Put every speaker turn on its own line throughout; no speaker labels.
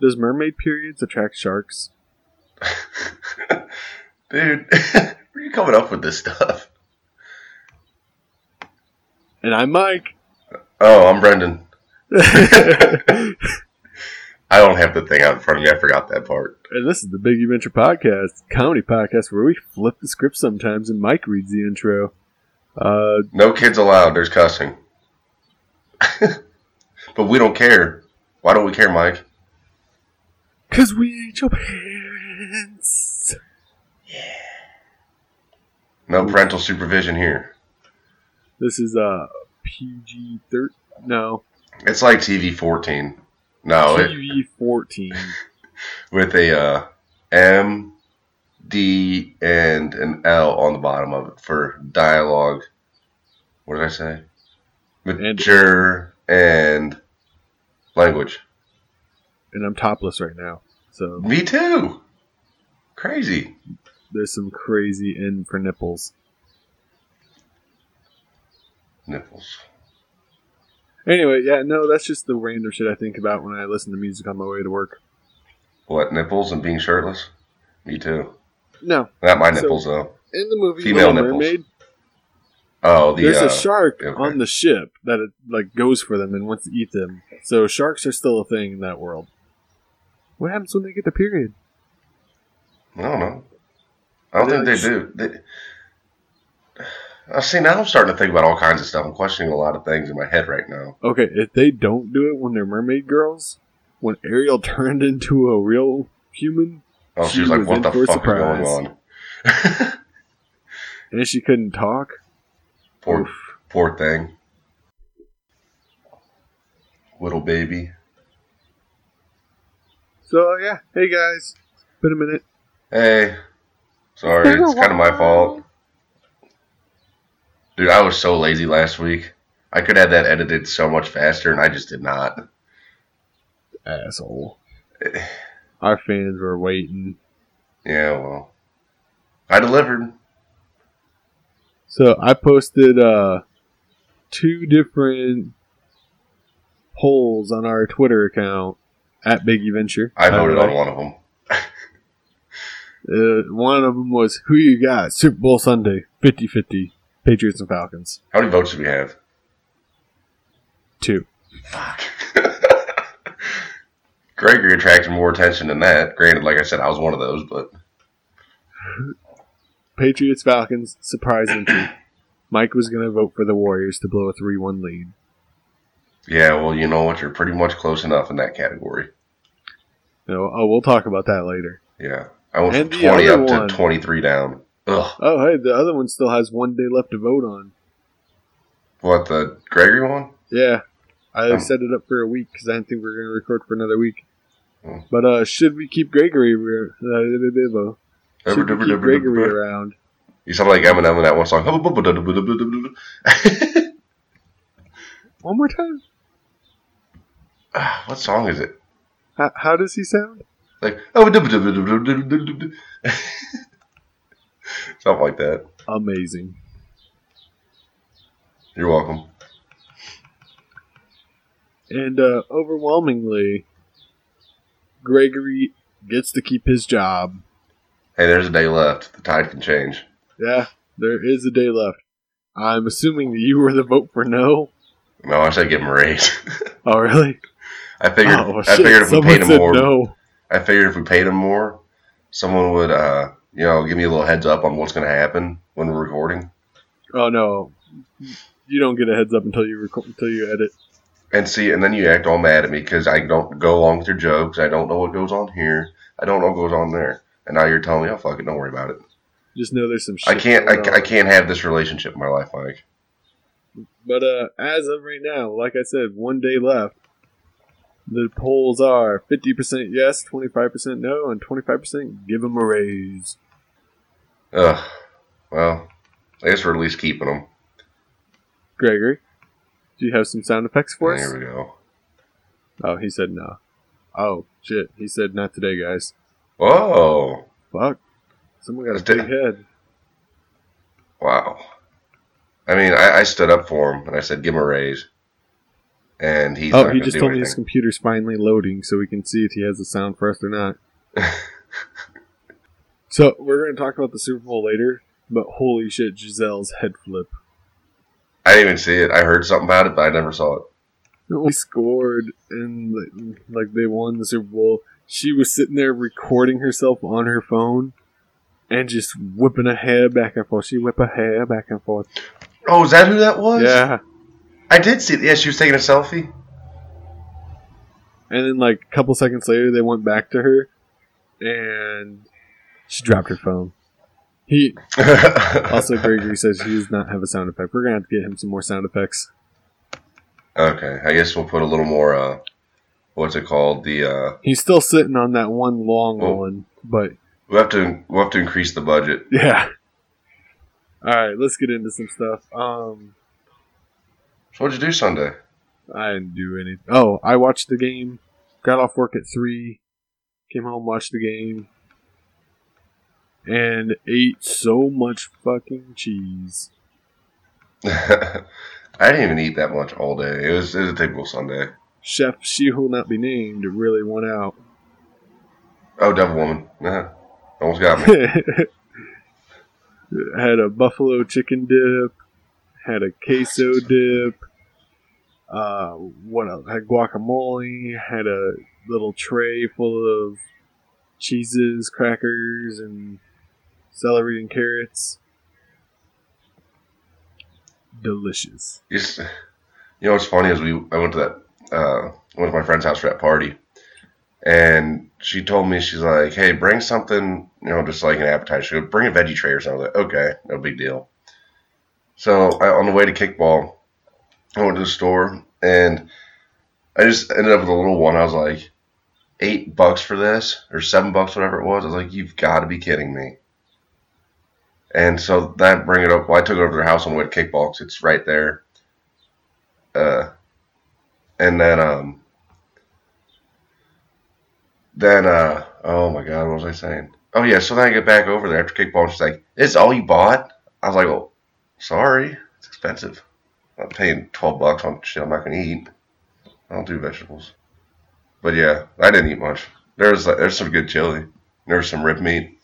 Does mermaid periods attract sharks?
Dude, where are you coming up with this stuff?
And I'm Mike.
Oh, I'm Brendan. I don't have the thing out in front of me. I forgot that part.
And this is the Big Adventure Podcast, comedy podcast where we flip the script sometimes and Mike reads the intro. Uh,
No kids allowed. There's cussing. but we don't care. Why don't we care, Mike?
Cause we ain't your parents.
No parental supervision here.
This is uh PG thirteen. No,
It's like TV 14. No, it,
TV fourteen.
with a uh, M, D, and an L on the bottom of it for dialogue. What did I say? Mature and language.
And I'm topless right now, so
Me too. Crazy.
there's some crazy in for nipples.
Nipples.
Anyway, yeah, no, that's just the random shit I think about when I listen to music on my way to work.
What, nipples and being shirtless? Me too.
No,
Not my
So-
nipples, though.
in the movie
Female
Little
nipples.
Mermaid,
Oh, the.
there's
uh,
a shark
okay.
on the ship that it, like goes for them and wants to eat them. So sharks are still a thing in that world. What happens when they get the period?
I don't know. I don't think
They're
they do. They, I see. Now I'm starting to think about all kinds of stuff. I'm questioning a lot of things in my head right now.
Okay, if they don't do it when they're mermaid girls, when Ariel turned into a real human
Oh, she,
She
was
was
like,
in
"What the
for a
fuck is going on?"
and she couldn't talk,
poor, poor thing. Little baby.
so yeah. Hey guys, been a minute.
Hey, sorry,
It's been a
it's kind of my
while.
fault, dude. I was so lazy last week. I could have that edited so much faster, and I just did not.
Asshole. Our fans were waiting.
Yeah, well, I delivered.
So I posted uh, two different polls on our Twitter account at Biggie Venture.
I voted on one of them.
Uh, one of them was who you got Super Bowl Sunday 50-50 Patriots and Falcons
How many votes did we have?
two.
Gregory attracted more attention than that. Granted, like I said, I was one of those, but
Patriots Falcons surprise entry. Mike was going to vote for the Warriors to blow a 3-1 lead.
yeah, well, you know what? You're pretty much close enough in that category.
No, oh, we'll talk about that later.
Yeah. I went
And
from
the
20
other
up
one.
to 23 down. Ugh.
Oh, hey, the other one still has one day left to vote on.
What, the Gregory one?
Yeah, I
Um,
set it up for a week because I didn't think we were going to record for another week.
Hmm.
But uh, should we keep Gregory? re- Uh, should we keep Gregory around?
You sound like Eminem in that one song. Ah,
One more time.
what song is it?
How, how does he sound?
Like, something like that.
Amazing.
You're welcome.
And uh, overwhelmingly, Gregory gets to keep his job.
Hey, there's a day left. The tide can change.
Yeah, there is a day left. I'm assuming that you were the vote for no.
No, I said give him a raise.
Oh, really?
I figured.
oh,
I figured if we
Someone
paid him
said
more,
no.
I figured if we paid him more, someone would, uh, you know, give me a little heads up on what's going to happen when we're recording.
Oh no, you don't get a heads up until you record, until you edit.
And see, and then you act all mad at me because I don't go along with your jokes. I don't know what goes on here. I don't know what goes on there. And now you're telling me, oh fuck it, don't worry about it.
Just know there's some shit.
I can't,
going
I, I
on.
can't have this relationship in my life, Mike.
But uh, as of right now, like I said, one day left. The polls are 50% yes, 25% no, and 25% give him a raise.
Ugh. Well, I guess we're at least keeping them.
Gregory, do you have some sound effects for us?
There we go.
Oh, he said no. Oh shit! He said not today, guys.
Oh,
Fuck! Someone got a
Is that-
big head.
wow. I mean, I, I stood up for him and I said, give him a raise. And he's
oh,
not
he
going to
just
do
told me his
anything.
computer's finally loading, so we can see if he has the sound for us or not. so we're gonna talk about the Super Bowl later, but holy shit, Giselle's head flip!
I didn't even see it. I heard something about it, but I never saw it.
We scored, and like, like they won the Super Bowl. She was sitting there recording herself on her phone, and just whipping a hair back and forth. She whip a hair back and forth.
Oh, is that who that was?
Yeah.
I did see it. Yeah, she was taking a selfie.
And then like a couple seconds later, they went back to her, and she dropped her phone. He also Gregory says he does not have a sound effect. We're gonna have to get him some more sound effects.
okay, I guess we'll put a little more, uh, what's it called? The, uh,
He's still sitting on that one long
Oh.
one, but
we'll have to, we'll have to increase the budget.
yeah. All right, let's get into some stuff. Um,
So what'd you do Sunday?
I didn't do anything. Oh, I watched the game. Got off work at three. Came home, watched the game, and ate so much fucking cheese.
I didn't even eat that much all day. It was, it was a typical Sunday.
Chef She Who Will Not Be Named really won out.
Oh, Devil Woman. Uh-huh. Almost got me.
had a buffalo chicken dip, had a queso dip, uh, what else? Had guacamole, had a little tray full of cheeses, crackers, and celery and carrots. Delicious.
You s- you know what's funny is we I went to that uh, went to my friend's house for that party, and she told me she's like, "Hey, bring something, you know, just like an appetizer. She goes, bring a veggie tray or something." I was like, "Okay, no big deal." So I, on the way to kickball, I went to the store and I just ended up with a little one. I was like, eight bucks for this or seven bucks, whatever it was. I was like, "You've got to be kidding me." And so that bring it up. Well, I took it over to their house on the way to kickball 'cause it's right there uh, and then um, then uh, oh my god, what was I saying? Oh yeah, so then I get back over there after kickball. She's like, "It's all you bought?" I was like, "Well, sorry, it's expensive. I'm paying twelve bucks on shit I'm not gonna eat. I don't do vegetables." But yeah, I didn't eat much. There's like, there's some good chili. There was some rib meat.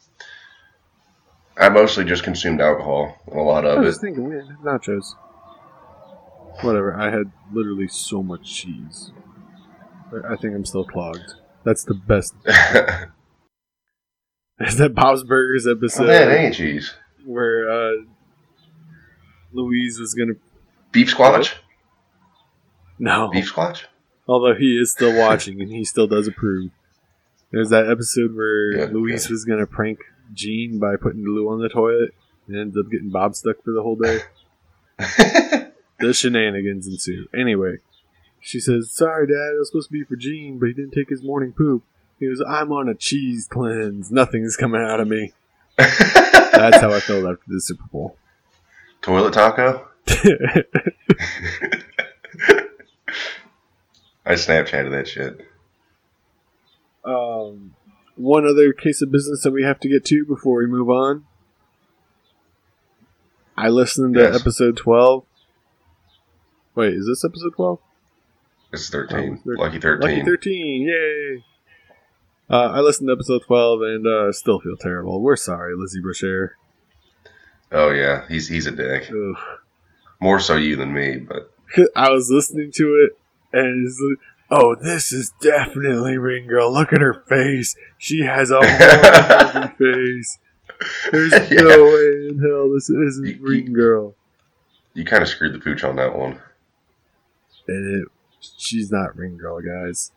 I mostly just consumed alcohol, and a lot
I
of it.
was thinking we didn't have nachos. Whatever. I had literally so much cheese. I- I think I'm still clogged. That's the best.
oh,
Is that Bob's Burgers episode
man, it ain't cheese.
where uh, Louise was gonna
Beef squash?
no?
Beef squash?
Although he is still watching and he still does approve. There's that episode where
Yeah,
Louise was gonna prank Gene by putting Lou on the toilet and ends up getting Bob stuck for the whole day. the shenanigans ensue. Anyway, she says, Sorry, Dad, it was supposed to be for Gene, but he didn't take his morning poop. He goes, I'm on a cheese cleanse. Nothing's coming out of me. That's how I felt after the Super Bowl.
Toilet taco? I Snapchatted that shit.
um, one other case of business that we have to get to before we move on. I listened to
Yes.
episode 12. Wait, is this episode 12?
It's 13.
Oh, it's
Lucky 13.
Lucky 13, yay! Uh, I listened to episode 12 and uh, still feel terrible. We're sorry, Lizzie Brochere.
Oh, yeah. He's he's a dick.
Ugh.
More so you than me, but.
I was listening to it, and it's like, oh, this is definitely Ring Girl. Look at her face. She has a horrible face. There's
Yeah.
no way in hell this isn't
You-
Ring Girl.
You kind of screwed the pooch on that one.
And it, she's not Ring Girl, guys.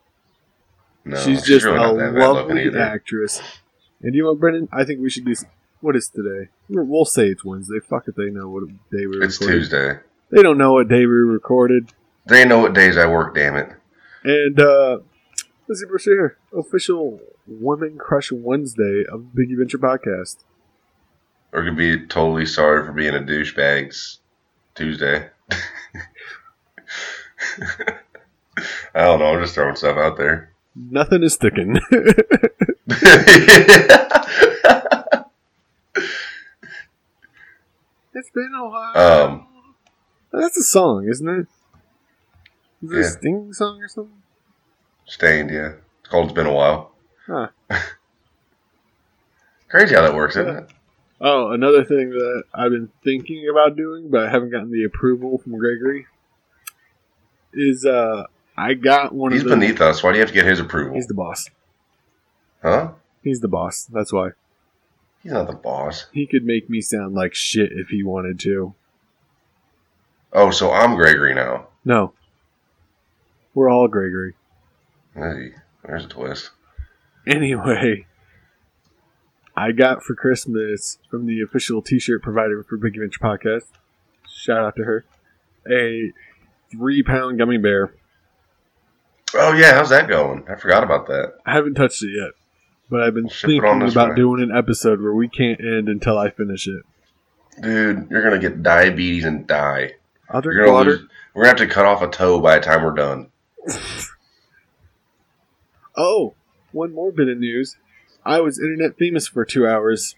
No,
she's just
really
a
not that bad looking
lovely
either.
actress. And you know what, Brendan? I think we should do. s- What is today? We're, we'll say it's Wednesday. Fuck if they know what day we
It's
recorded.
Tuesday.
They don't know what day we recorded.
They know what days I work, damn it.
And uh, Lizzie Brashear, official Women Crush Wednesday of Big Adventure Podcast.
Or could be totally sorry for being a douchebags Tuesday. I don't know. I'm just throwing stuff out there.
Nothing is sticking. it's been a while.
um,
That's a song, isn't it? Is it a
Yeah.
Sting song or something?
stained. Yeah, it's called. It's been a while.
Huh.
Crazy how that works, isn't it?
Oh, another thing that I've been thinking about doing, but I haven't gotten the approval from Gregory, is uh, I got one
He's
of those.
beneath us. Why do you have to get his approval?
He's the boss.
huh?
He's the boss. That's why
He's not the boss.
he could make me sound like shit if he wanted to.
Oh, so I'm Gregory now.
No, we're all Gregory.
Hey, There's a twist.
Anyway, I got for Christmas from the official T-shirt provider for Big Adventure Podcast. Shout out to her. A three-pound gummy bear.
Oh yeah, how's that going? I forgot about that.
I haven't touched it yet, but I've been
Ship it
thinking
on this
about
way.
doing an episode where we can't end until I finish it.
Dude, you're gonna get diabetes and die.
I'll drink
You're gonna
water.
lose. We're gonna have to cut off a toe by the time we're done.
Oh, one more bit of news. I was internet famous for two hours.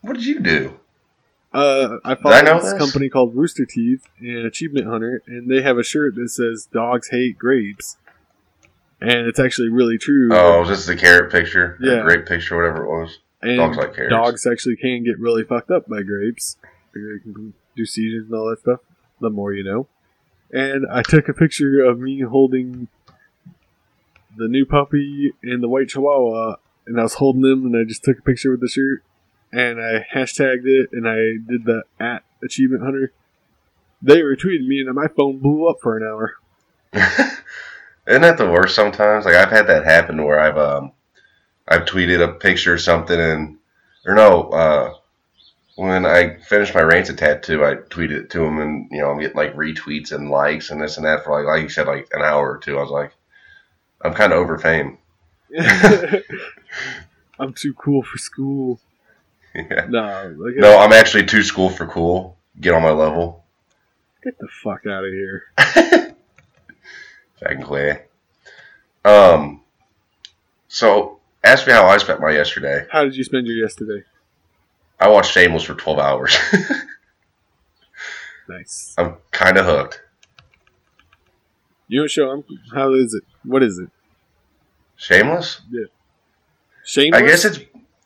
What did you do?
Uh, I follow
I know
this,
this?
company called Rooster Teeth and Achievement Hunter, and they have a shirt that says "Dogs hate grapes," and it's actually really true.
Oh, was this the carrot picture? Or
Yeah.
grape picture, whatever it was.
and
dogs like carrots.
dogs actually can get really fucked up by grapes. They can do seizures and all that stuff. The more you know. And I took a picture of me holding the new puppy and the white chihuahua, and I was holding them, and I just took a picture with the shirt, and I hashtagged it, and I did the at achievement hunter. They retweeted me, and my phone blew up for an hour.
Isn't that the worst sometimes? Like I've had that happen where I've um I've tweeted a picture or something and or no, uh when I finished my Rancid tattoo, I tweeted it to him and you know, I'm getting like retweets and likes and this and that for like like you said, like an hour or two. I was like, I'm kinda over fame.
I'm too cool for school.
yeah.
No, like,
No, I'm actually too school for cool. Get on my level.
get the fuck out of here.
If I can play. Um so ask me how I spent my yesterday.
How did you spend your yesterday?
I watched Shameless for twelve hours.
Nice.
I'm kind of hooked.
You don't show him. How is it? What is it?
Shameless?
Shameless.
I guess it's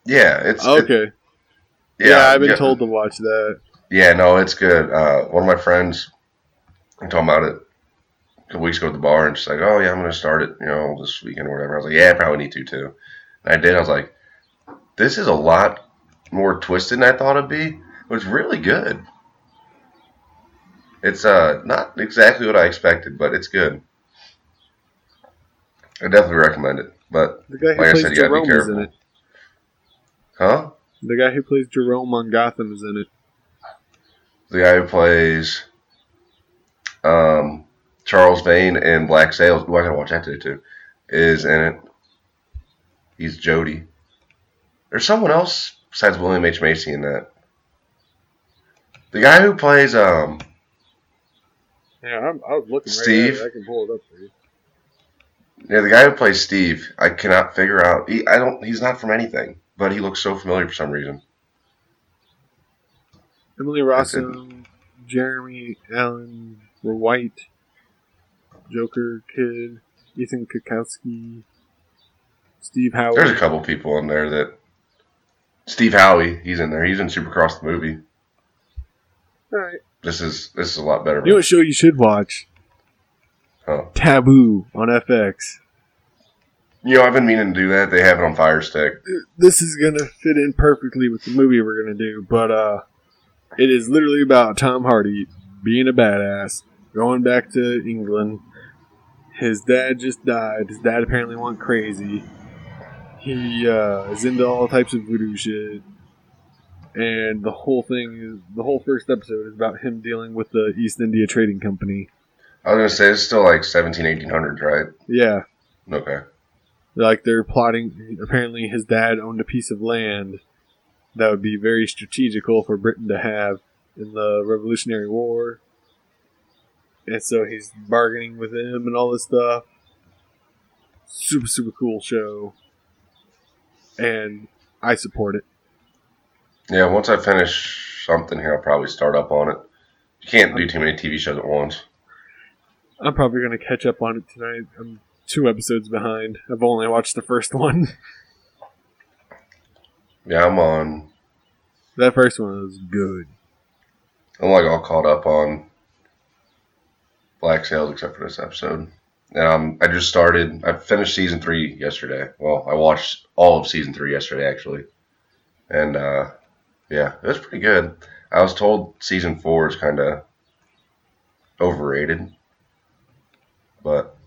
yeah. It's it-
okay. yeah, I've been
yeah.
told to watch that.
Yeah, no, it's good. Uh, one of my friends, I told him about it a couple weeks ago at the bar, and she's like, "Oh yeah, I'm gonna start it, you know, this weekend or whatever." I was like, "Yeah, I probably need to too." And I did. I was like, "This is a lot more twisted than I thought it'd be." It was really good. It's uh not exactly what I expected, but it's good. I definitely recommend it. But
The guy who
like I
plays
said, you gotta be
Jerome is in
careful.
it.
Huh?
The guy who plays Jerome on Gotham is in it.
the guy who plays um, Charles Vane in Black Sails. Ooh, I gotta watch that today too. Is in it. He's Jody. There's someone else besides William H Macy in that. The guy who plays um,
Yeah, I'm, I was looking
right at it. Steve?
I can pull it up for you.
yeah, the guy who plays Steve. I cannot figure out. He, I don't. He's not from anything, but he looks so familiar for some reason.
Emily Rosso, Jeremy Allen, were White, Joker Kid, Ethan Kukowski, Steve
There's a
Howard.
couple people in there that. Steve Howie, he's in there. He's in Supercross the movie.
All right.
This is this is a lot better.
You know what show you should watch?
Huh.
Taboo on FX.
You know, I've been meaning to do that. They have it on Fire Stick.
this is gonna fit in perfectly with the movie we're gonna do, but uh, it is literally about Tom Hardy being a badass, going back to England. His dad just died. His dad apparently went crazy. He uh, is into all types of voodoo shit, and the whole thing is the whole first episode is about him dealing with the East India Trading Company.
I was going to say, it's still like 17, 1800s, right?
Yeah,
Okay.
like they're plotting apparently his dad owned a piece of land that would be very strategical for britain to have in the revolutionary war and so he's bargaining with him and all this stuff super super cool show, and I support it.
Yeah, once I finish something here, I'll probably start up on it. You can't do too many TV shows at once.
I'm probably going to catch up on it tonight. I'm two episodes behind. I've only watched the first one.
Yeah, I'm on.
that first one was good.
I'm like all caught up on Black Sails except for this episode. And um, I just started. I finished season three yesterday. Well, I watched all of season three yesterday actually, and uh, yeah, it was pretty good. I was told season four is kind of overrated, but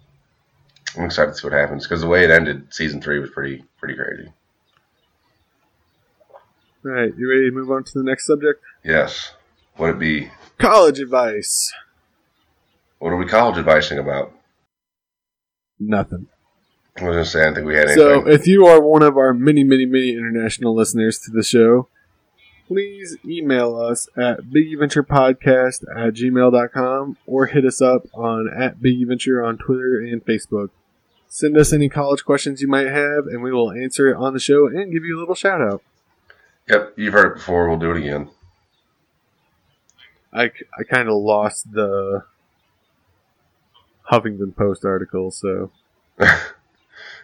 I'm excited to see what happens because the way it ended, season three was pretty pretty crazy.
All right, you ready to move on to the next subject?
Yes, would it be?
College advice.
What are we college advising about?
Nothing.
I was gonna say I don't think we had anything.
So, if you are one of our many, many, many international listeners to the show, please email us at bigventurepodcast at gmail.com or hit us up on at bigventure on Twitter and Facebook. Send us any college questions you might have, and we will answer it on the show and give you a little shout out.
Yep, you've heard it before. We'll do it again.
I, I kind of lost the Huffington Post article, so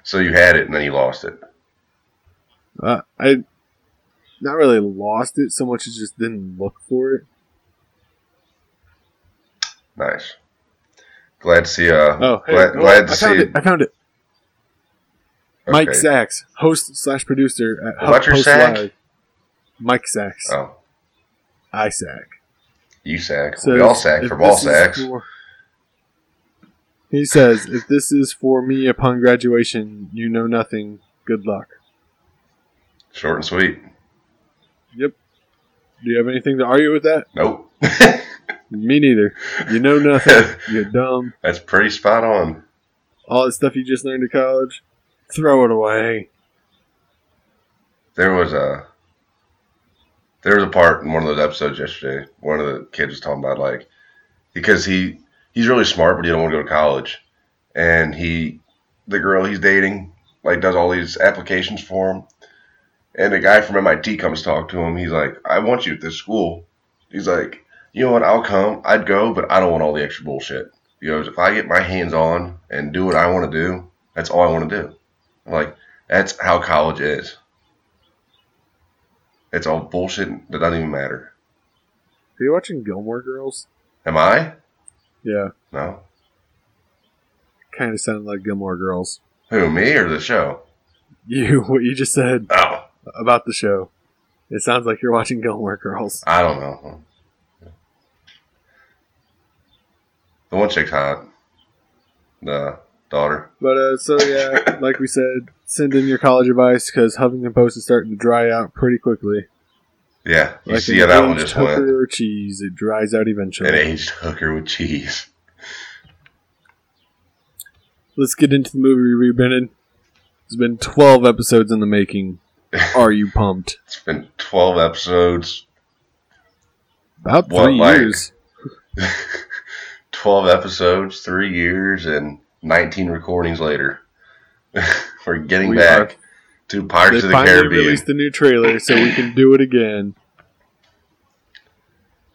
So you had it and then you lost it.
uh, I not really lost it so much as just didn't look for it.
Nice. Glad to see. Uh,
Oh, hey,
glad,
oh,
glad to
I
see.
found it. I found it. Mike
Okay.
Sachs, host slash producer at
Electric
HuffPost
Sack?
Live. Mike Sachs,
Oh,
I sack.
you sack. we all sack
if
for ball
this is
sacks.
for- he says, "If this is for me upon graduation, you know nothing. Good luck."
Short and sweet.
Do you have anything to argue with that?
Nope.
Me neither. You know nothing. You're dumb.
That's pretty spot on.
All that stuff you just learned at college, throw it away.
There was a there was a part in one of those episodes yesterday. One of the kids was talking about like because he he's really smart, but he don't want to go to college. And he the girl he's dating like does all these applications for him. And the guy from MIT comes to talk to him. He's like, "I want you at this school." He's like, "You know what? I'll come. I'd go, but I don't want all the extra bullshit. You know, if I get my hands on and do what I want to do, that's all I want to do." I'm like, that's how college is. It's all bullshit that doesn't even matter.
Are you watching Gilmore Girls?
Am I?
Yeah,
No.
kind of sounded like Gilmore Girls.
Who, me or the show?
You, what you just said
Oh,
about the show. It sounds like you're watching Gilmore Girls.
I don't know. The one chick's hot. The daughter.
But uh, so yeah, like we said, send in your college advice because Huffington Post is starting to dry out pretty quickly.
Yeah, you
Like
see
an
how that one
aged
just
hooker
went.
or cheese, it dries out
An
eventually.
aged hooker with cheese.
Let's get into the movie review, Bennett. It's been twelve episodes in the making. Are you pumped?
It's been 12 episodes.
About
What,
three
like-
years.
12 episodes, three years, and 19 recordings later. We're getting
We
back
are-
to
they
Pirates of the
finally
Caribbean.
released a new trailer, so we can do it again.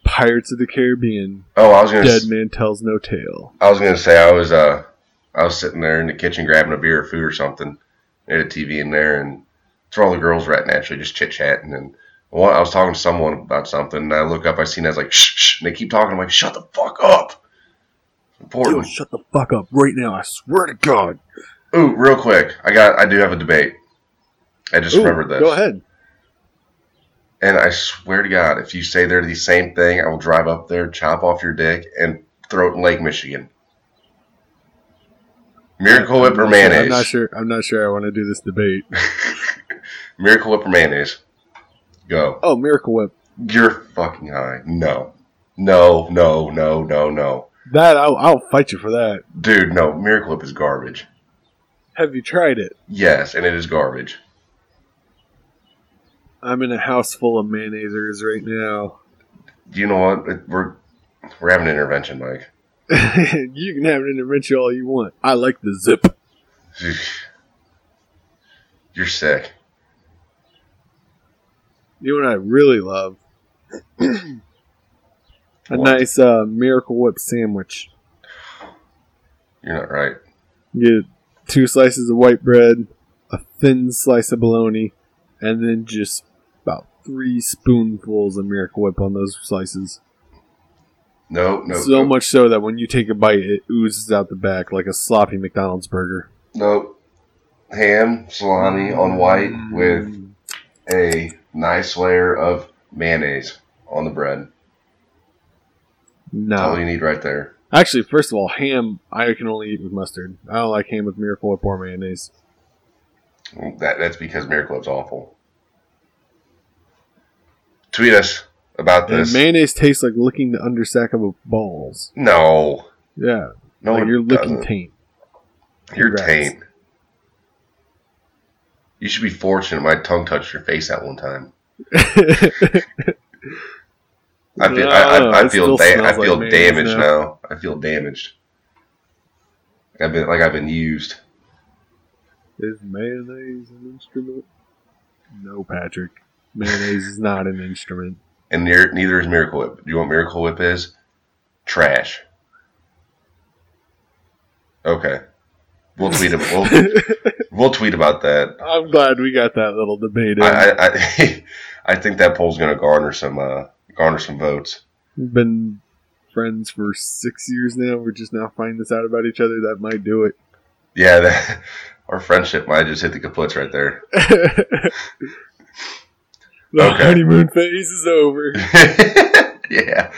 Pirates of the Caribbean:
oh, I was going to
Dead Man Tells No Tale.
I was gonna say I was uh I was sitting there in the kitchen grabbing a beer or food or something. They had a TV in there, and that's where all the girls were at naturally, just chit chatting. And one, I was talking to someone about something, and I look up, I seen I was like shh, shh, and they keep talking. I'm like, shut the fuck up.
Yo,
Important.
shut the fuck up right now! I swear to God.
Ooh, real quick, I got I do have a debate. I just
Ooh,
remembered this.
Go ahead.
And I swear to God, if you say they're the same thing, I will drive up there, chop off your dick, and throw it in Lake Michigan. Miracle Whip or
I'm not sure-
mayonnaise?
I'm not sure. I'm not sure. I want to do this debate.
Miracle Whip or mayonnaise? Go.
Oh, Miracle Whip.
You're fucking high. No. No, no, no, no, no.
That I'll, I'll fight you for that.
Dude, no. Miracle Whip is garbage.
Have you tried it?
Yes, and it is garbage.
I'm in a house full of mayonnaisers right now.
You know what? It- We're we're having an intervention, Mike.
you can have an intervention all you want. I like the zip.
You're sick.
You know what I really love? a nice uh, Miracle Whip sandwich.
You're not right.
You get two slices of white bread, a thin slice of bologna, and then just about three spoonfuls of Miracle Whip on those slices.
No, no.
so
no,
much so that when you take a bite, it oozes out the back like a sloppy McDonald's burger.
No. Ham, salami on white with a nice layer of mayonnaise on the bread.
No.
That's all you need right there.
Actually, first of all, ham I can only eat with mustard. I don't like ham with Miracle Whip or mayonnaise.
That, that's because Miracle Whip's awful. Tweet us about
And
this.
mayonnaise tastes like licking the undersack of a balls.
no.
Yeah,
No,
like
it
you're licking
doesn't.
taint.
You're
Congrats.
taint. You should be fortunate my tongue touched your face that one time. I feel, I, I, I
it still
feel, da- I
smells like
feel
mayonnaise
damaged
now.
now. I feel damaged. I've been like I've been used.
Is mayonnaise an instrument? No, Patrick. Mayonnaise is not an instrument.
and near, neither is Miracle Whip. You know what Miracle Whip is? Trash. Okay, we'll tweet. ab- We'll, we'll tweet about that.
I'm glad we got that little debate. In.
I, I, I, I think that poll's going to garner some uh, garner some votes.
We've been friends for six years now. We're just now finding this out about each other. That might do it.
Yeah, that, our friendship might just hit the kaputs right there.
the
Okay.
honeymoon phase is over.
yeah, it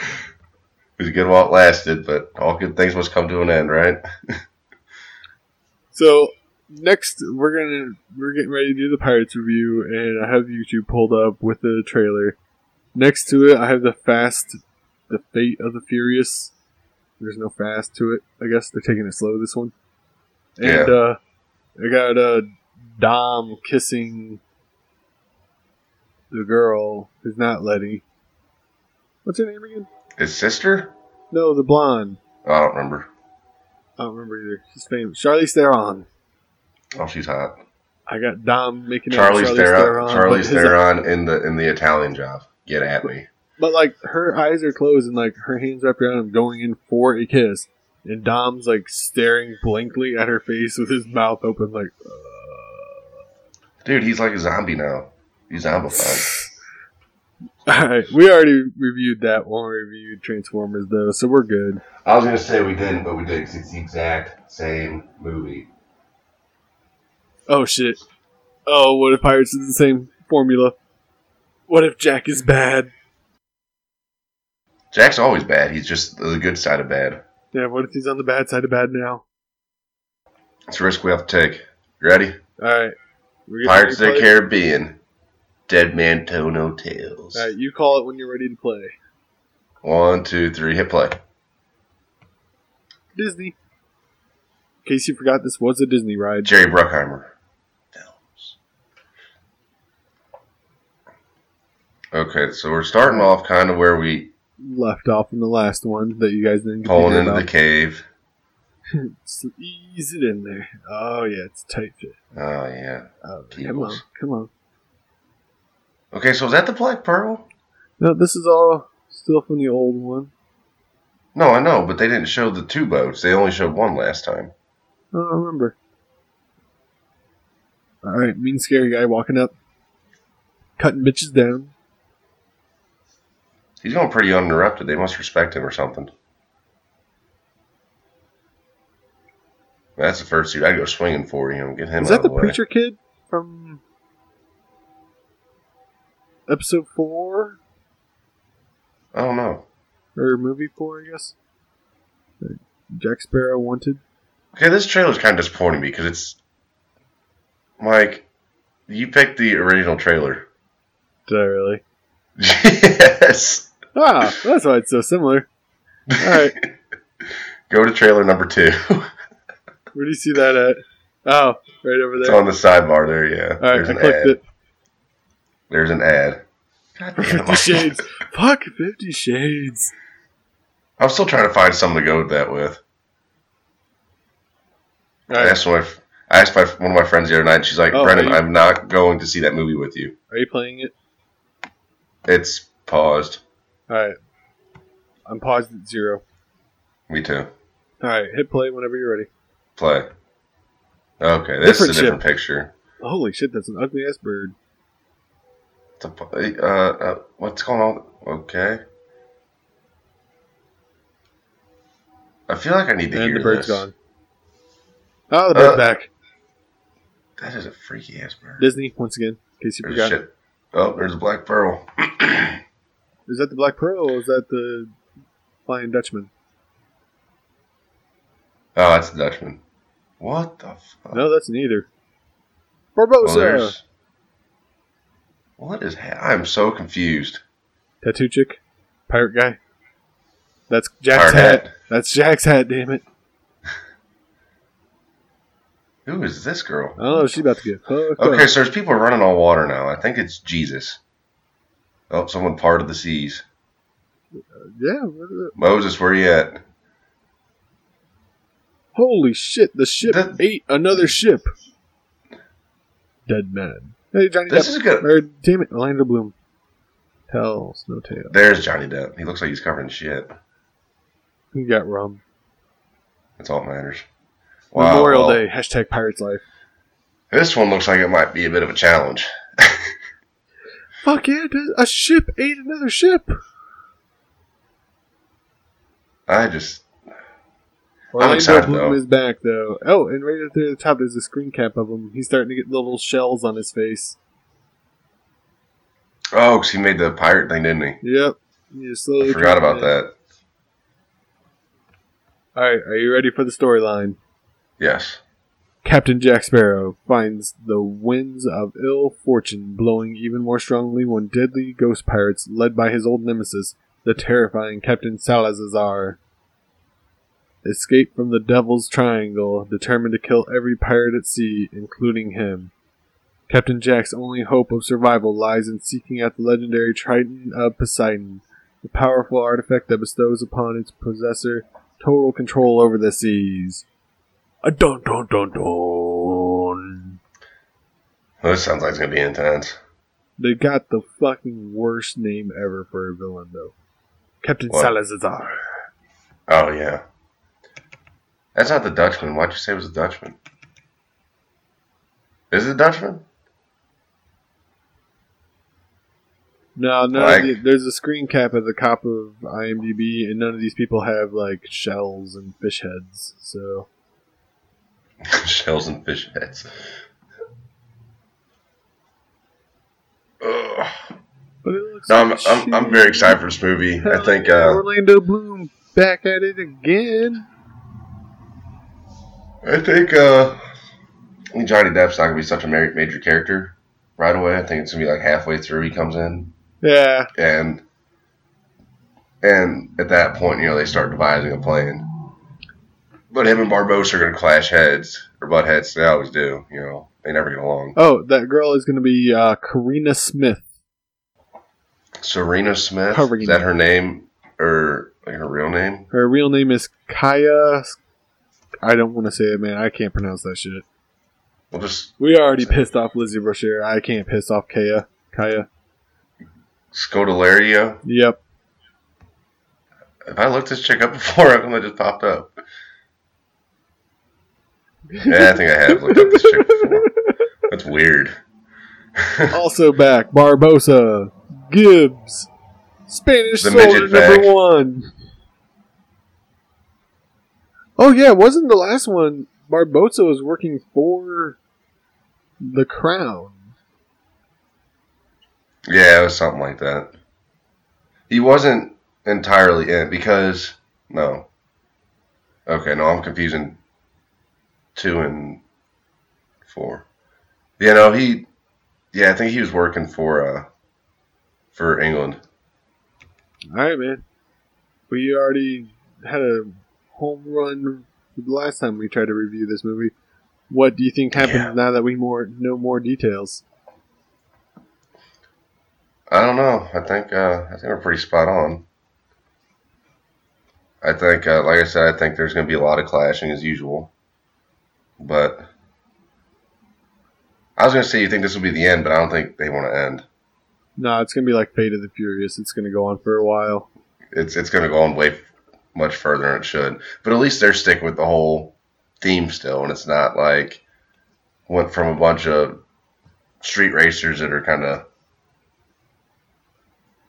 was good while it lasted, but all good things must come to an end, right?
So next, we're gonna we're getting ready to do the Pirates review, and I have YouTube pulled up with the trailer. Next to it, I have the Fast, the Fate of the Furious. There's no fast to it. I guess they're taking it slow this one. And
Yeah.
uh, I got uh, Dom kissing the girl who's not Letty. What's her name again?
His sister?
No, the blonde.
I don't remember.
I don't remember either. She's famous. Charlize Theron.
Oh, she's hot. uh,
I got Dom making
Charlie
out Charlize
Theron, Charlie
but his-
Theron in the in the Italian job. Get at me.
But like her eyes are closed and like her hands wrapped around him, going in for a kiss, and Dom's like staring blankly at her face with his mouth open, like.
Dude, he's like a zombie now. He's zombified.
All right, we already reviewed that one. We reviewed Transformers though, so we're good.
I was gonna say we didn't, but we did. 'cause It's the exact same movie.
Oh shit! Oh, what if Pirates is the same formula? What if Jack is bad?
Jack's always bad. He's just the good side of bad.
Yeah, what if he's on the bad side of bad now?
It's a risk we have to take. You ready?
All right, we're getting
Pirates of
ready
the
to play?
Caribbean. Dead man toe no tails.
All right, you call it when you're ready to play.
One, two, three, hit play.
Disney. In case you forgot, this was a Disney ride.
Jerry Bruckheimer. Okay, so we're starting off kind of where we
left off in the last one that you guys didn't get to
pulling
hear
into
about.
the cave.
So ease it in there. Oh yeah, it's a tight fit.
Oh yeah.
Oh, come on,
Peoples.
come on.
Okay, so is that the Black Pearl?
No, this is all still from the old one.
No, I know, but they didn't show the two boats. They only showed one last time.
I don't remember. All right, mean scary guy walking up, cutting bitches down.
He's going pretty uninterrupted. They must respect him or something. That's the first dude. I'd go swinging for him. Get him
Is
out
that
of
the
the way.
preacher kid from episode four
I don't know.
or movie four? I guess. Jack Sparrow wanted.
Okay, this trailer's kind of disappointing me because it's like you picked the original trailer.
Did I really?
yes.
Ah, that's why it's so similar. All right.
Go to trailer number two.
Where do you see that at? Oh, right over
it's
there.
on the sidebar there. Yeah.
All right, I clicked
ad.
it.
There's an ad. God damn
Fifty Shades. Fuck Fifty Shades.
I'm still trying to find something to go with that with.
All right.
That's what I, I asked my one of my friends the other night. She's like,
Oh,
"Brendan,
are you-
I'm not going to see that movie with you.
Are you playing it?
It's paused.
All right. I'm paused at zero.
Me too.
All right, hit play whenever you're ready.
Play. Okay, this
Different
is a
ship.
different picture.
Holy shit, that's an ugly ass bird.
It's a, uh, uh, what's going on? Okay. I feel like I need to
and
hear
the bird's
this.
gone. Oh, the bird's
Uh,
back.
That is a freaky ass bird.
Disney once again. In case you
There's
forgot,
shit. Oh, there's a black pearl.
is that the Black Pearl or is that the Flying Dutchman?
Oh, that's a Dutchman. What the fuck?
No, that's neither.
Well,
Barbosa,
there's- What is? Ha- I'm so confused.
tattoo chick, pirate guy. That's
Hard
Jack's hat. That's Jack's hat. Damn it!
Who is this girl?
I don't know. She's Oh, about to get fucked
Okay,
up.
so there's people running on water now. I think it's Jesus. Oh, someone parted the seas.
Yeah. what is it?
Moses, where you at?
Holy shit! The ship
That-
ate another ship. Dead man. Hey, Johnny
This
Depp.
is good.
Or, damn it, Orlando Bloom. Tells no tale.
There's Johnny Depp. He looks like he's covered in shit.
Who got rum?
That's all that matters.
Memorial
well,
Day. Hashtag Pirates Life.
This one looks like it might be a bit of a challenge.
Fuck yeah! dude, A ship ate another ship.
I just
Orlando
excited,
Bloom
though.
is back though. Oh, and right up there at the top, there's a screen cap of him. He's starting to get little shells on his face.
oh, 'cause he made the pirate thing, didn't he?
Yep. You slowly
I forgot
dropping
about
it.
that.
All right, are you ready for the storyline?
Yes.
Captain Jack Sparrow finds the winds of ill fortune blowing even more strongly when deadly ghost pirates, led by his old nemesis, the terrifying Captain Salazar, escape from the Devil's Triangle, determined to kill every pirate at sea, including him. Captain Jack's only hope of survival lies in seeking out the legendary Triton of Poseidon, the powerful artifact that bestows upon its possessor total control over the seas. A Uh, dun dun dun dun.
Well, this sounds like it's gonna be intense.
They got the fucking worst name ever for a villain, though. Captain
What?
Salazar.
Oh yeah. That's not the Dutchman. Why'd you say it was a Dutchman? Is it a Dutchman?
No, no.
Like-
there's a screen cap at the top of IMDb, and none of these people have like shells and fish heads. So
Shells and fish heads. Ugh.
But it looks
No, I'm,
like
I'm, I'm
shit.
very excited for this movie. I
Hell
think
yeah,
uh,
Orlando Bloom back at it again.
I think uh, I think Johnny Depp's not gonna be such a ma- major character right away. I think it's gonna be like halfway through he comes in,
Yeah,
and and at that point, you know, they start devising a plan. But him and Barbosa are gonna clash heads or butt heads. They always do. You know, they never get along.
Oh, that girl is going to be uh, Karina Smith.
Serena Smith
Covering
is that her name or like her real name?
Her real name is Kaya. I don't want to say it, man. I can't pronounce that shit.
We'll just
We already pissed off Lizzie Brashear. I can't piss off Kaya. Kaya.
Scodelario.
Yep.
Have I looked this chick up before? How come it just popped up? Yeah, I think I have looked up this chick before. That's weird.
also back, Barbosa Gibbs, Spanish
The
soldier
midget
number
back.
one. Oh yeah, wasn't the last one Barbosa was working for the crown?
Yeah, it was something like that. He wasn't entirely in it because no. Okay, no, I'm confusing two and four. You know, he yeah, I think he was working for uh for England.
All right, man. We already had a home run the last time we tried to review this movie. What do you think happens
Yeah.
now that we more know more details?
I don't know. I think uh, I think we're pretty spot on. I think, uh, like I said, I think there's going to be a lot of clashing as usual, but I was gonna say you think this will be the end, but I don't think they want to end.
No, nah, it's gonna be like Fate of the Furious. It's gonna go on for a while.
It's it's gonna go on way f- much further than it should. But at least they're sticking with the whole theme still, and it's not like went from a bunch of street racers that are kind of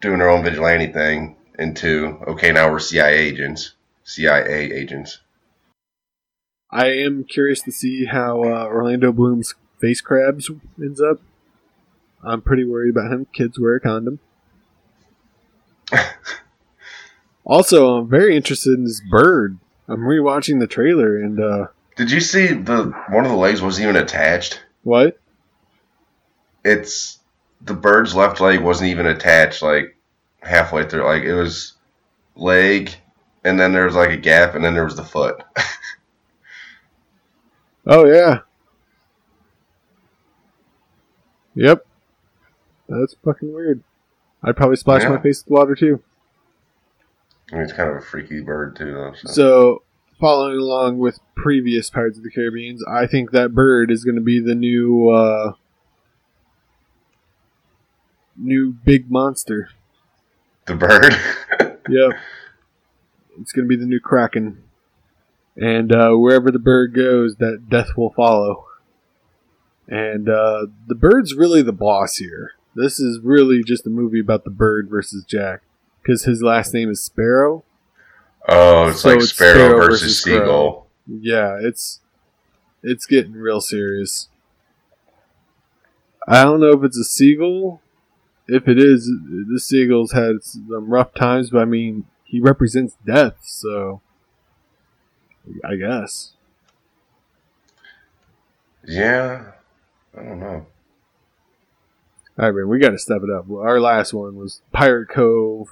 doing their own vigilante thing into okay, now we're CIA agents, CIA agents.
I am curious to see how uh, Orlando Bloom's face crabs ends up. I'm pretty worried about him. Kids wear a condom. also, I'm very interested in this bird. I'm rewatching the trailer and. Uh,
Did you see the one of the legs wasn't even attached?
What?
It's the bird's left leg wasn't even attached. Like halfway through, like it was leg, and then there was like a gap, and then there was the foot.
oh yeah. Yep. That's fucking weird. I'd probably splash yeah. my face with water too.
I mean, it's kind of a freaky bird too, though.
So. so, following along with previous Pirates of the Caribbean, I think that bird is going to be the new uh, new big monster.
The bird.
yep. It's going to be the new kraken, and uh, wherever the bird goes, that death will follow. And uh, the bird's really the boss here. This is really just a movie about the bird versus Jack because his last name is Sparrow.
Oh, it's so like it's Sparrow, Sparrow, versus, versus Seagull. Crow.
Yeah, it's it's getting real serious. I don't know if it's a seagull. If it is, the seagull's had some rough times, but I mean, he represents death, so I guess.
Yeah, I don't know.
All right, man, we got to step it up. Our last one was Pirate Cove,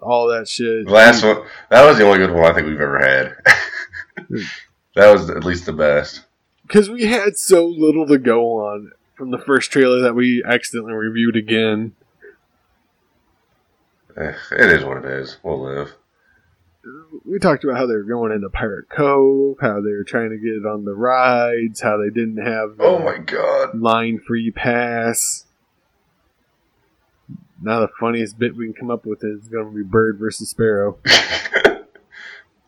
all that shit.
The last one, that was the only good one I think we've ever had. that was at least the best.
Because we had so little to go on from the first trailer that we accidentally reviewed again.
It is what it is. We'll live.
We talked about how they were going into Pirate Cove, how they were trying to get on the rides, how they didn't have
oh my god
line free pass. Now the funniest bit we can come up with is going to be bird versus sparrow.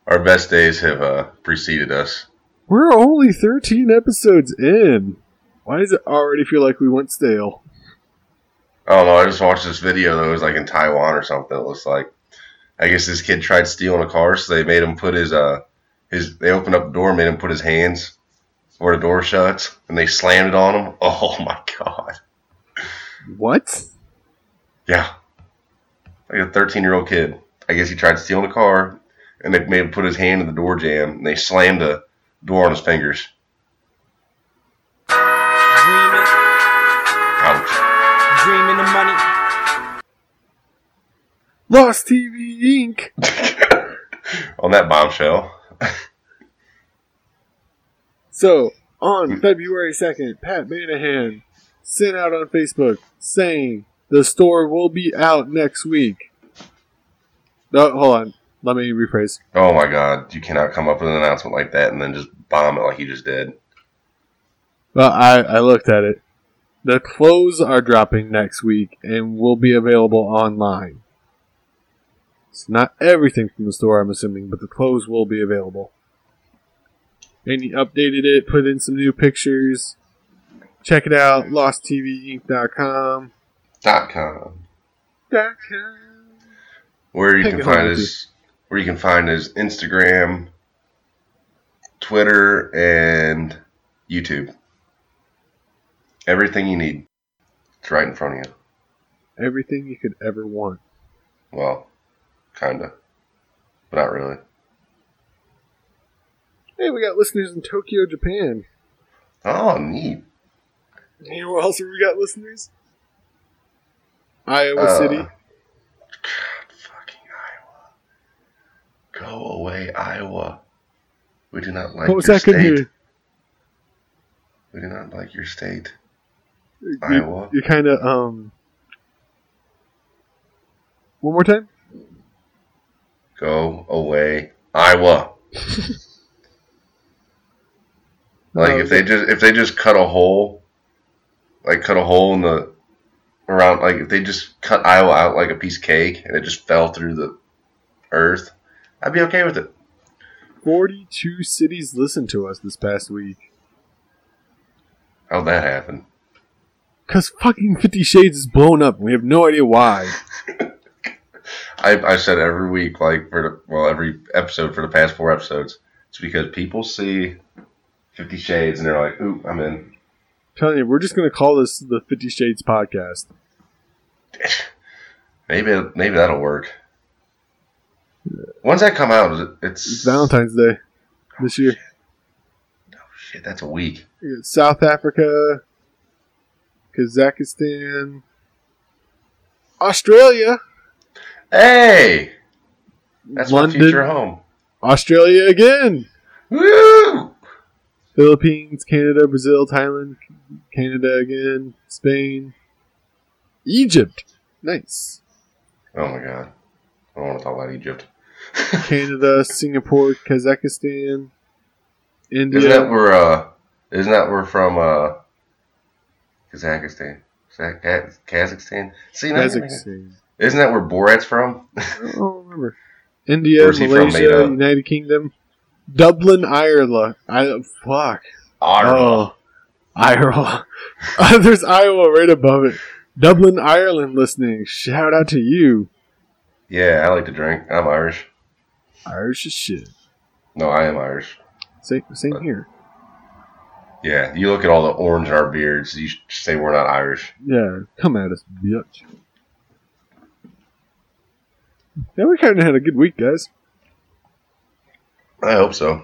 Our best days have uh, preceded us.
We're only 13 episodes in. Why does it already feel like we went stale?
Oh no! I just watched this video that was like in Taiwan or something. It looks like I guess this kid tried stealing a car, so they made him put his uh his they opened up the door, made him put his hands where the door shuts, and they slammed it on him. Oh my god!
What?
Yeah. Like a 13 year old kid. I guess he tried stealing a car and they made him put his hand in the door jam and they slammed the door on his fingers.
Dreaming. Ouch. Dreaming of money.
Lost TV
Inc. on that bombshell.
so, on February 2nd, Pat Manahan sent out on Facebook saying the store will be out next week. No, oh, hold on. Let me rephrase.
Oh my god, you cannot come up with an announcement like that and then just bomb it like you just did.
Well, I, I looked at it. The clothes are dropping next week and will be available online. It's not everything from the store, I'm assuming, but the clothes will be available. And he updated it, put in some new pictures. Check it out, losttvinc.com.
Dot com.
Dot com.
Where you Take can find his where you can find his Instagram, Twitter, and YouTube. Everything you need. It's right in front of
you. Everything you could ever want.
Well, kinda. But not really.
Hey, we got listeners in Tokyo, Japan.
Oh, neat.
You know where else we got listeners? Iowa uh, City. God,
fucking Iowa. Go away, Iowa. We do not like
what was
your
that state.
We do not like your state. You, Iowa.
You kind of, um. One more time?
Go away, Iowa. like no, if they just if they just cut a hole like cut a hole in the around like if they just cut Iowa out like a piece of cake and it just fell through the earth, I'd be okay with it.
42 cities listened to us this past week.
How'd that happen?
Because fucking Fifty Shades is blown up. And we have no idea why.
I, I said every week, like for the, well, every episode for the past four episodes, it's because people see Fifty Shades and they're like, "Ooh, I'm in."
telling you, we're just going to call this the Fifty Shades podcast.
Maybe maybe that'll work. When's that come out? Is it, it's,
It's Valentine's Day this year.
Oh, shit, that's a week.
You got South Africa, Kazakhstan, Australia,
Hey, that's my future
London,
home.
Australia again,
Woo! Oh
Philippines, Canada, Brazil, Thailand, Canada again, Spain, Egypt. Nice.
Oh my god, I don't want to talk about Egypt.
Canada, Singapore, Kazakhstan, India.
Isn't that where? Uh, isn't that where from? Uh, Kazakhstan, Kaz- Kazakhstan. See, now you're making-
Kazakhstan.
isn't that where Borat's from?
I don't remember. India,
Where's he from,
Malaysia,
Maida?
United Kingdom, Dublin, Ireland. I fuck.
Ireland.
Oh, Iowa. There's Iowa right above it. Dublin, Ireland, listening. Shout out to you,
Yeah, I like to drink. I'm Irish.
Irish as shit.
No, I am Irish.
Same, same here.
Yeah, you look at all the orange in our beards. You should say we're not Irish.
Yeah, come at us, bitch. Yeah, we kind of had a good week, guys.
I hope so.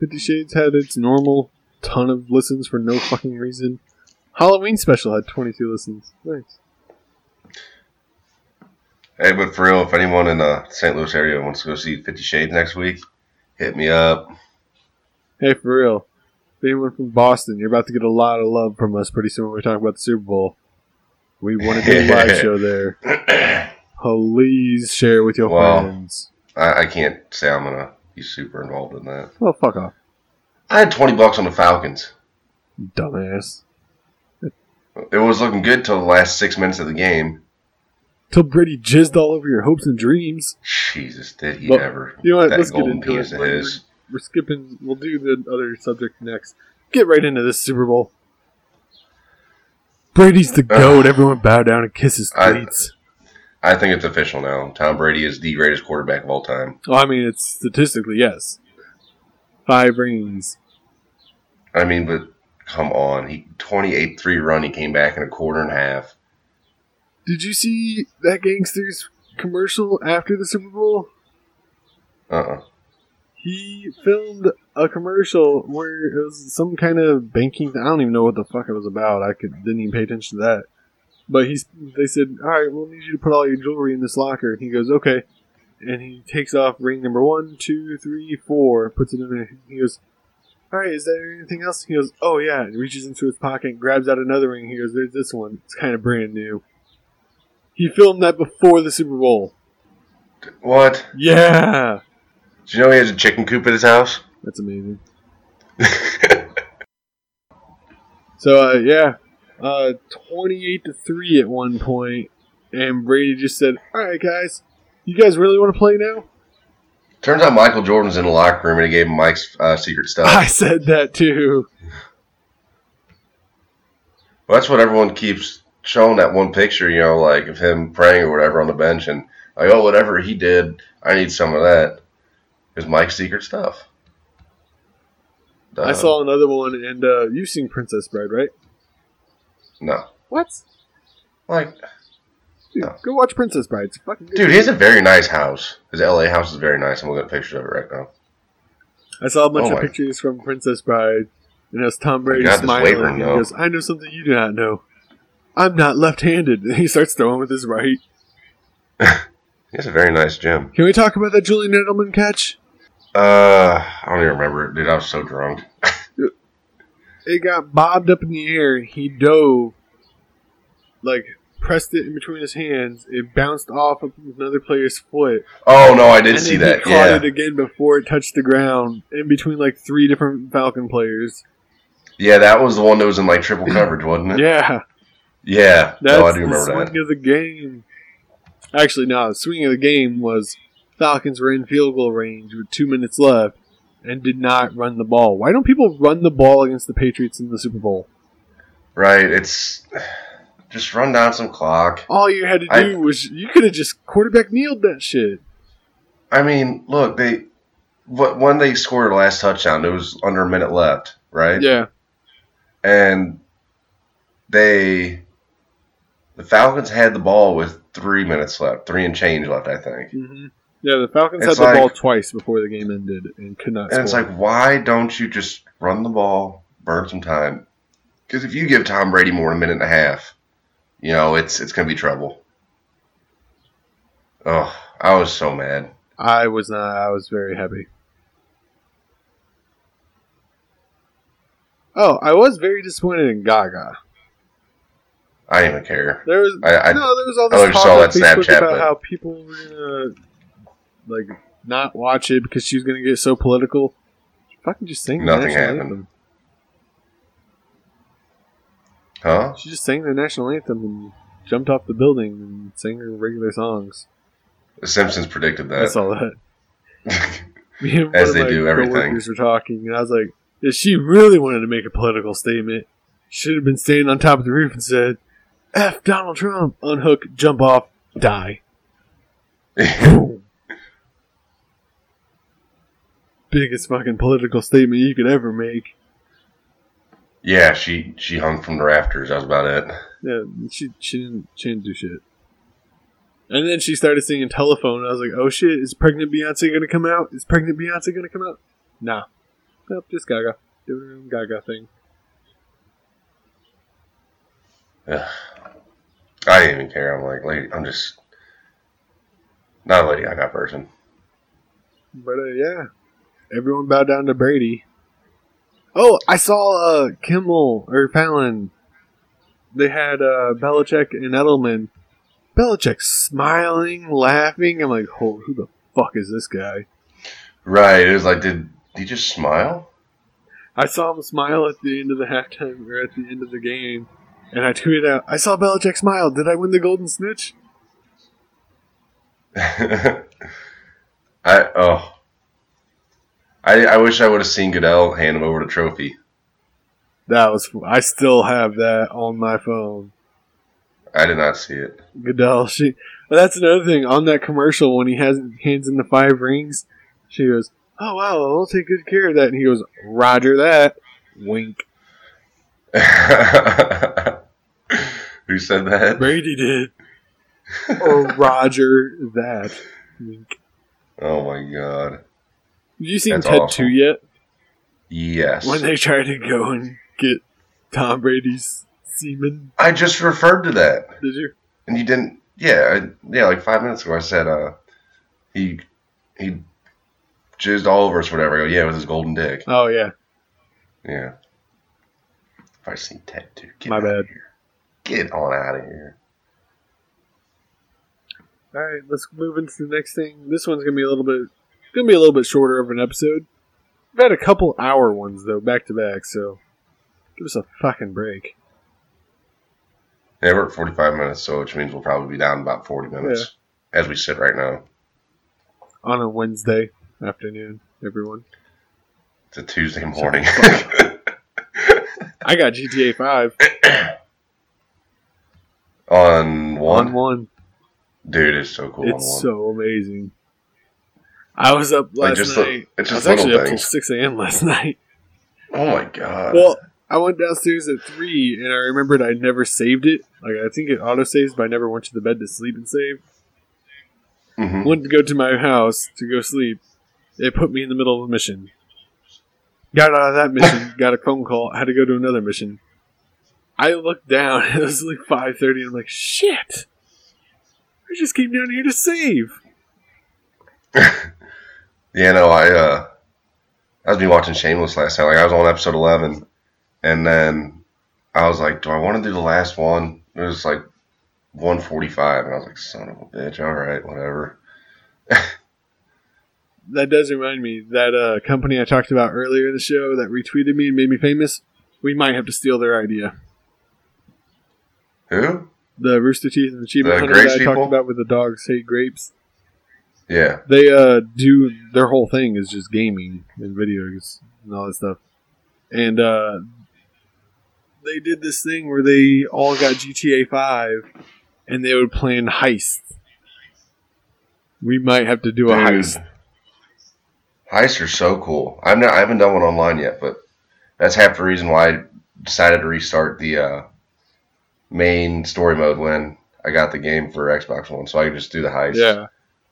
Fifty Shades had its normal ton of listens for no fucking reason. Halloween special had 22 listens. Nice.
Hey, but for real, if anyone in the St. Louis area wants to go see Fifty Shades next week, hit me up.
Hey, for real. If anyone from Boston, you're about to get a lot of love from us pretty soon when we talk about the Super Bowl. We want to do a live show there.
I,
Please share with your
Wow.
friends.
I can't say I'm gonna be super involved in that.
Well, fuck off,
I had twenty bucks on the Falcons.
you dumbass.
It was looking good till the last six minutes of the game.
Till Brady jizzed all over your hopes and dreams.
Jesus, did he
Well,
ever?
you know what,
That
let's get
golden
into it.
piece of his.
We're skipping. We'll do the other subject next. Get right into this Super Bowl. Brady's the goat. Everyone bow down and kiss his
I-
cleats.
I think it's official now. Tom Brady is the greatest quarterback of all time.
Well, I mean, it's statistically yes. Five rings.
I mean, but come on, he twenty-eight three run. He came back in a quarter and a half.
Did you see that gangster's commercial after the Super Bowl?
Uh uh
He filmed a commercial where it was some kind of banking. I don't even know what the fuck it was about. I could didn't even pay attention to that. But he's they said, "All right, we'll need you to put all your jewelry in this locker." And he goes, "Okay." And he takes off ring number one, two, three, four, puts it in there. He goes, "All right, is there anything else?" He goes, "Oh yeah." And reaches into his pocket and grabs out another ring. He goes, "There's this one. It's kind of brand new." He filmed that before the Super Bowl.
What?
Yeah,
Did you know he has a chicken coop at his house?
that's amazing. So uh, yeah, uh, twenty-eight to three at one point, and Brady just said, "All right, guys, you guys really want to play now?"
Turns out Michael Jordan's in the locker room and he gave him Mike's uh, secret
I
stuff.
said that too.
well, that's what everyone keeps showing that one picture, you know, like of him praying or whatever on the bench, and like, oh, whatever he did, I need some of that. Is Mike's secret stuff?
I
Uh,
saw another one, and uh, you've seen Princess Bride, right?
no.
What?
Like,
Dude,
No.
Go watch Princess Bride. It's a fucking good
Uh. dude, he has a very nice house. His LA house is very nice. I'm looking at pictures of it right now.
I saw a bunch
Oh
of
my-
pictures from Princess Bride, and it was Tom Brady
God, this
smiling.
wavering,
and he
though.
goes, "I know something you do not know. I'm not left-handed." And he starts throwing with his right.
He has a very nice gym.
Can we talk about that Julian Edelman catch?
Uh, I don't even remember it, dude. I was so drunk.
it got bobbed up in the air. He dove, like pressed it in between his hands. It bounced off of another player's foot.
Oh no, I did
and
see
then
that.
He caught
Yeah,
it again before it touched the ground, in between like three different Falcon players.
Yeah, that was the one that was in like triple coverage, wasn't it?
Yeah,
Yeah.
that's
oh, I do
the
remember
swing
that.
of the game. Actually, no, the swing of the game was Falcons were in field goal range with two minutes left and did not run the ball. Why don't people run the ball against the Patriots in the Super Bowl?
Right. It's just run down some clock.
All you had to
I-
do was you could have just quarterback kneeled that shit.
I mean, look, they what when they scored the last touchdown, it was under a minute left, right?
Yeah,
And they the Falcons had the ball with three minutes left, three and change left, I think.
hmm yeah. The Falcons
It's
had the
like-
ball twice before the game ended and could not.
And it's
score.
like, why don't you just run the ball, burn some time? Because if you give Tom Brady more than a minute and a half, you know it's it's gonna be trouble. Oh, I was so mad.
I was not. I was very happy. Oh, I was very disappointed in Gaga.
I didn't even care.
There was
I, I
no, there was all
I
this
just
talk
saw
on
that
Facebook
Snapchat,
about
but-
how people were gonna like not watch it because she's gonna get so political. Fucking just sing the
Nothing
national
happened.
anthem.
huh?
She just sang the national anthem and jumped off the building and sang her regular songs.
The Simpsons predicted
I
that.
saw that. Me and
As
one
they
of my
do everything.
coworkers were talking, and I was like, if she really wanted to make a political statement, should have been standing on top of the roof and said, F Donald Trump, unhook, jump off, die. Boom. Biggest fucking political statement you could ever make.
yeah, she she hung from the rafters. That was about it.
Yeah, she, she, didn't, she didn't do shit. And then she started singing Telephone, and I was like, oh shit, is pregnant Beyonce gonna come out? Is pregnant Beyonce gonna come out? Nah. Nope, just Gaga. Doing her own Gaga thing.
Ugh. I didn't even care. I'm like, lady, I'm just not a Lady Gaga person.
But uh, yeah, everyone bowed down to Brady. Oh, I saw uh, Kimmel or Fallon. They had uh, Belichick and Edelman. Belichick smiling, laughing. I'm like, oh, who the fuck is this guy?
Right? It was like, did he just smile?
I saw him smile at the end of the halftime or at the end of the game, and I tweeted out, "I saw Belichick smile. Did I win the Golden Snitch?"
I oh, I I wish I would have seen Goodell hand him over the trophy.
That was. I still have that on my phone.
I did not see it.
Goodell. She. Well, that's another thing on that commercial when he has hands in the five rings. She goes, "Oh wow, I'll take good care of that." And he goes, "Roger that." Wink.
Who said that?
Brady did. or Roger that. Wink.
Oh my god!
You seen
That's
Ted
awful.
Two yet?
Yes,
When they try to go and get Tom Brady's semen,
I just referred to that,
did you?
and you didn't. Yeah, I, yeah, like five minutes ago, I said uh, he he jizzed all over us, or whatever. I go, yeah, with his golden dick.
Oh yeah,
Yeah. If I seen Ted too, get
My
out
bad.
Of here. Get on out of here.
All right, let's move into the next thing. This one's gonna be a little bit, gonna be a little bit shorter of an episode. We've had a couple hour ones though, back to back, so give us a fucking break.
Yeah, we're at 45 minutes, so which means we'll probably be down about 40 minutes as we sit right now.
on a Wednesday afternoon, everyone.
It's a Tuesday morning.
I got GTA Five
on
on
one,
one.
dude, it's so cool.
It's
on one,
so amazing. I was up last
just the-
night.
it's
I
just
was actually
little
up till
things.
six a.m. last night.
Oh my god!
Well, I went downstairs at three, and I remembered I never saved it. Like I think it auto saves, but I never went to the bed to sleep and save.
Mhm.
Went to go to my house to go sleep. They put me in the middle of a mission. Got out of that mission. got a phone call. Had to go to another mission. I looked down. It was like five thirty. I'm like, shit. I just came down here to save.
Yeah, no, I uh, I was been watching Shameless last night. Like I was on episode eleven, and then I was like, "Do I want to do the last one?" It was like one forty-five, and I was like, "Son of a bitch!" All right, whatever.
That does remind me that uh, company I talked about earlier in the show that retweeted me and made me famous We might have to steal their idea.
Who?
The Rooster Teeth and Achievement
The
Hunter
grapes
that I
people?
talked about with the dogs hate grapes.
Yeah.
They uh do their whole thing is just gaming and videos and all that stuff. And uh they did this thing where they all got GTA five and they would plan heists. We might have to do a
Dude.
heist.
Heists are so cool. I'm not, I haven't done one online yet, but that's half the reason why I decided to restart the uh, main story mode when I got the game for Xbox One, so I could just do the heists.
Yeah.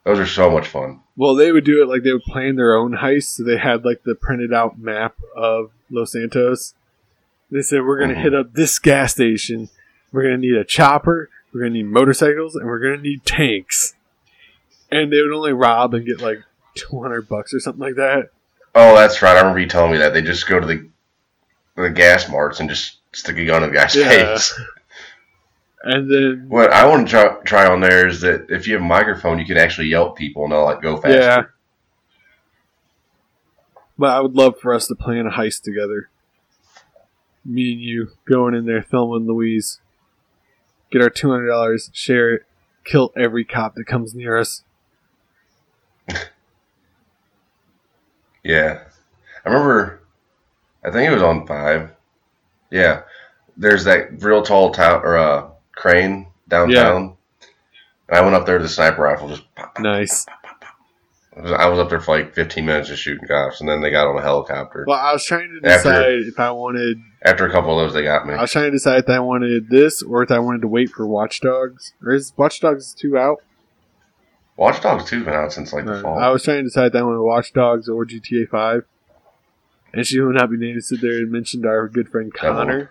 Those are so much fun.
Well, they would do it like they would plan their own heist. So they had like the printed out map of Los Santos. They said, we're going to
Mhm.
hit up this gas station. We're going to need a chopper. We're going to need motorcycles and we're going to need tanks. And they would only rob and get like 200 bucks or something like that.
Oh, that's right. I remember you telling me that they just go to the the gas marts and just stick a gun in the guy's
Yeah.
face.
And then,
What I want to try, try on there is that if you have a microphone, you can actually yell at people and they'll like go faster.
yeah. But I would love for us to plan a heist together. Me and you going in there, Thelma and Louise. Get our two hundred dollars, share it, kill every cop that comes near us.
Yeah. I remember, I think it was on five. Yeah. There's that real tall tower or uh, crane downtown. And I went up there with a sniper rifle. Just pop, pop.
Nice.
I was- I was up there for like 15 minutes just shooting cops, and then they got on a helicopter.
Well, I was trying to
After-
decide if I wanted.
After a couple of those, they got me.
I was trying to decide if I wanted this or if I wanted to wait for Watchdogs. Or is Watchdogs two out?
Watch Dogs 2 been out since like the
Uh,
fall.
I was trying to decide that I wanted Watch Dogs or GTA Five, and she would not be named. Sit there and mentioned our good friend
That one.
Connor.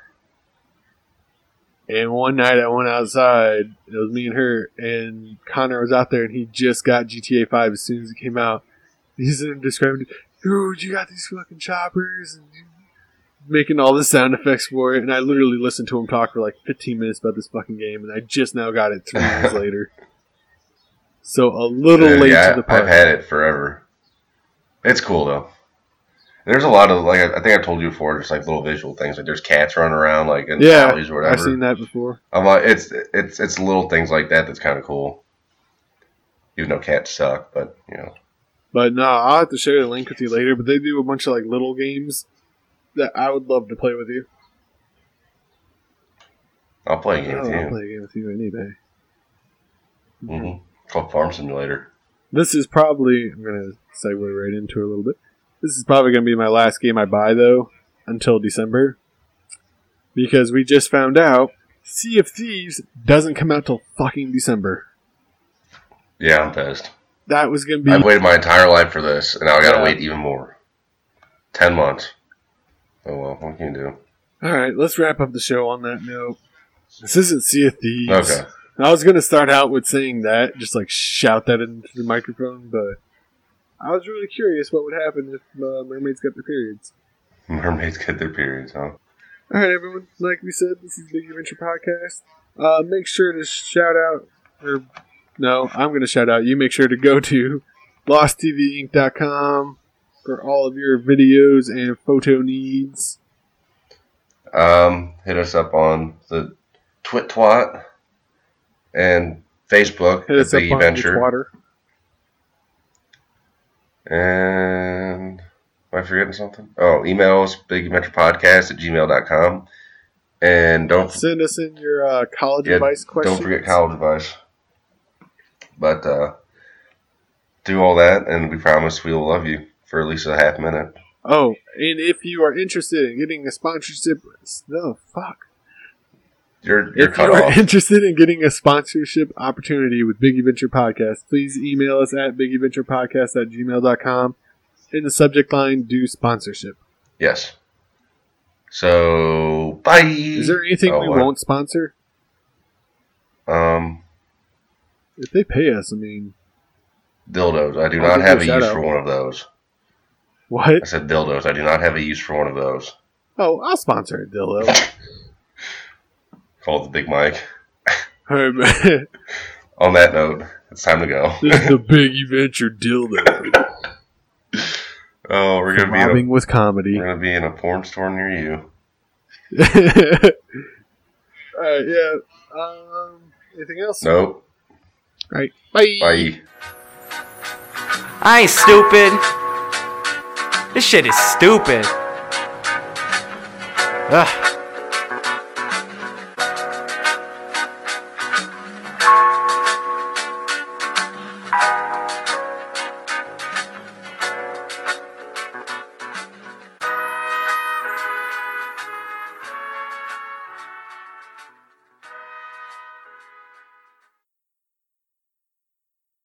And one night I went outside. It was me and her, and Connor was out there, and he just got GTA Five as soon as it came out. He's in describing, dude, you got these fucking choppers, and you-" making all the sound effects for it. And I literally listened to him talk for like 15 minutes about this fucking game, and I just now got it three years later. So a little
Dude,
late
yeah,
to the
I've
party.
had it forever. It's cool though. There's a lot of like I I think I told you before, just like little visual things. Like there's cats running around like in
Yeah,
alleys or whatever.
I've seen that before.
I'm like, it's it's it's little things like that that's kind of cool. Even though cats suck, but you know,
But no, I'll have to share the link with you later. But they do a bunch of like little games that I would love to play with you.
I'll play a
I
game
don't
with
know, I'll
you.
play a game with you any day.
hmm It's called Farm Simulator.
This is probably I'm gonna segue right into it a little bit. This is probably gonna be my last game I buy though until December. Because we just found out Sea of Thieves doesn't come out till fucking December.
Yeah, I'm pissed.
That was gonna be
I've waited my entire life for this, and now I gotta
Yeah.
wait even more. Ten months. Oh well, what can you do?
Alright, let's wrap up the show on that note. This isn't Sea of Thieves.
Okay.
I was gonna start out with saying that, just like shout that into the microphone, but I was really curious what would happen if uh, mermaids got their periods.
Mermaids get their periods, huh?
All right, everyone. Like we said, this is Big Adventure Podcast. Uh, make sure to shout out, or no, I'm gonna shout out. You make sure to go to losttvinc.com for all of your videos and photo needs.
Um, hit us up on the Twit Twat and Facebook
Hit
at
us up
Biggie
on
Venture.
Water.
And am I forgetting something? Oh, emails biggieventurepodcast at gmail.com. And don't
Send us in your uh, college
Yeah,
advice questions.
don't forget college advice. But uh, do all that, and we promise we will love you for at least a half minute.
Oh, and if you are interested in getting a sponsorship, no fuck.
You're you're
if
cut
you are
off.
interested in getting a sponsorship opportunity with Biggie Venture Podcast, please email us at biggieventurepodcast at gmail.com. In the subject line, do sponsorship.
yes. So bye.
Is there anything
Oh,
we
what?
won't sponsor?
um
If they pay us, I mean,
dildos? I do
I'll
not
give
have a
you a
use
shout
for
out.
one of those.
what?
I said dildos. I do not have a use for one of those.
Oh, I'll sponsor a dildo.
Called the Big Mike.
Um, this
On that note, it's time to go.
is the Biggie Venture dildo.
Oh, we're gonna be in a,
Robbing with comedy.
we're gonna be in a porn store near you.
All right, yeah. Um, anything else?
Nope.
All right. Bye.
Bye.
I ain't stupid. This shit is stupid. Ugh.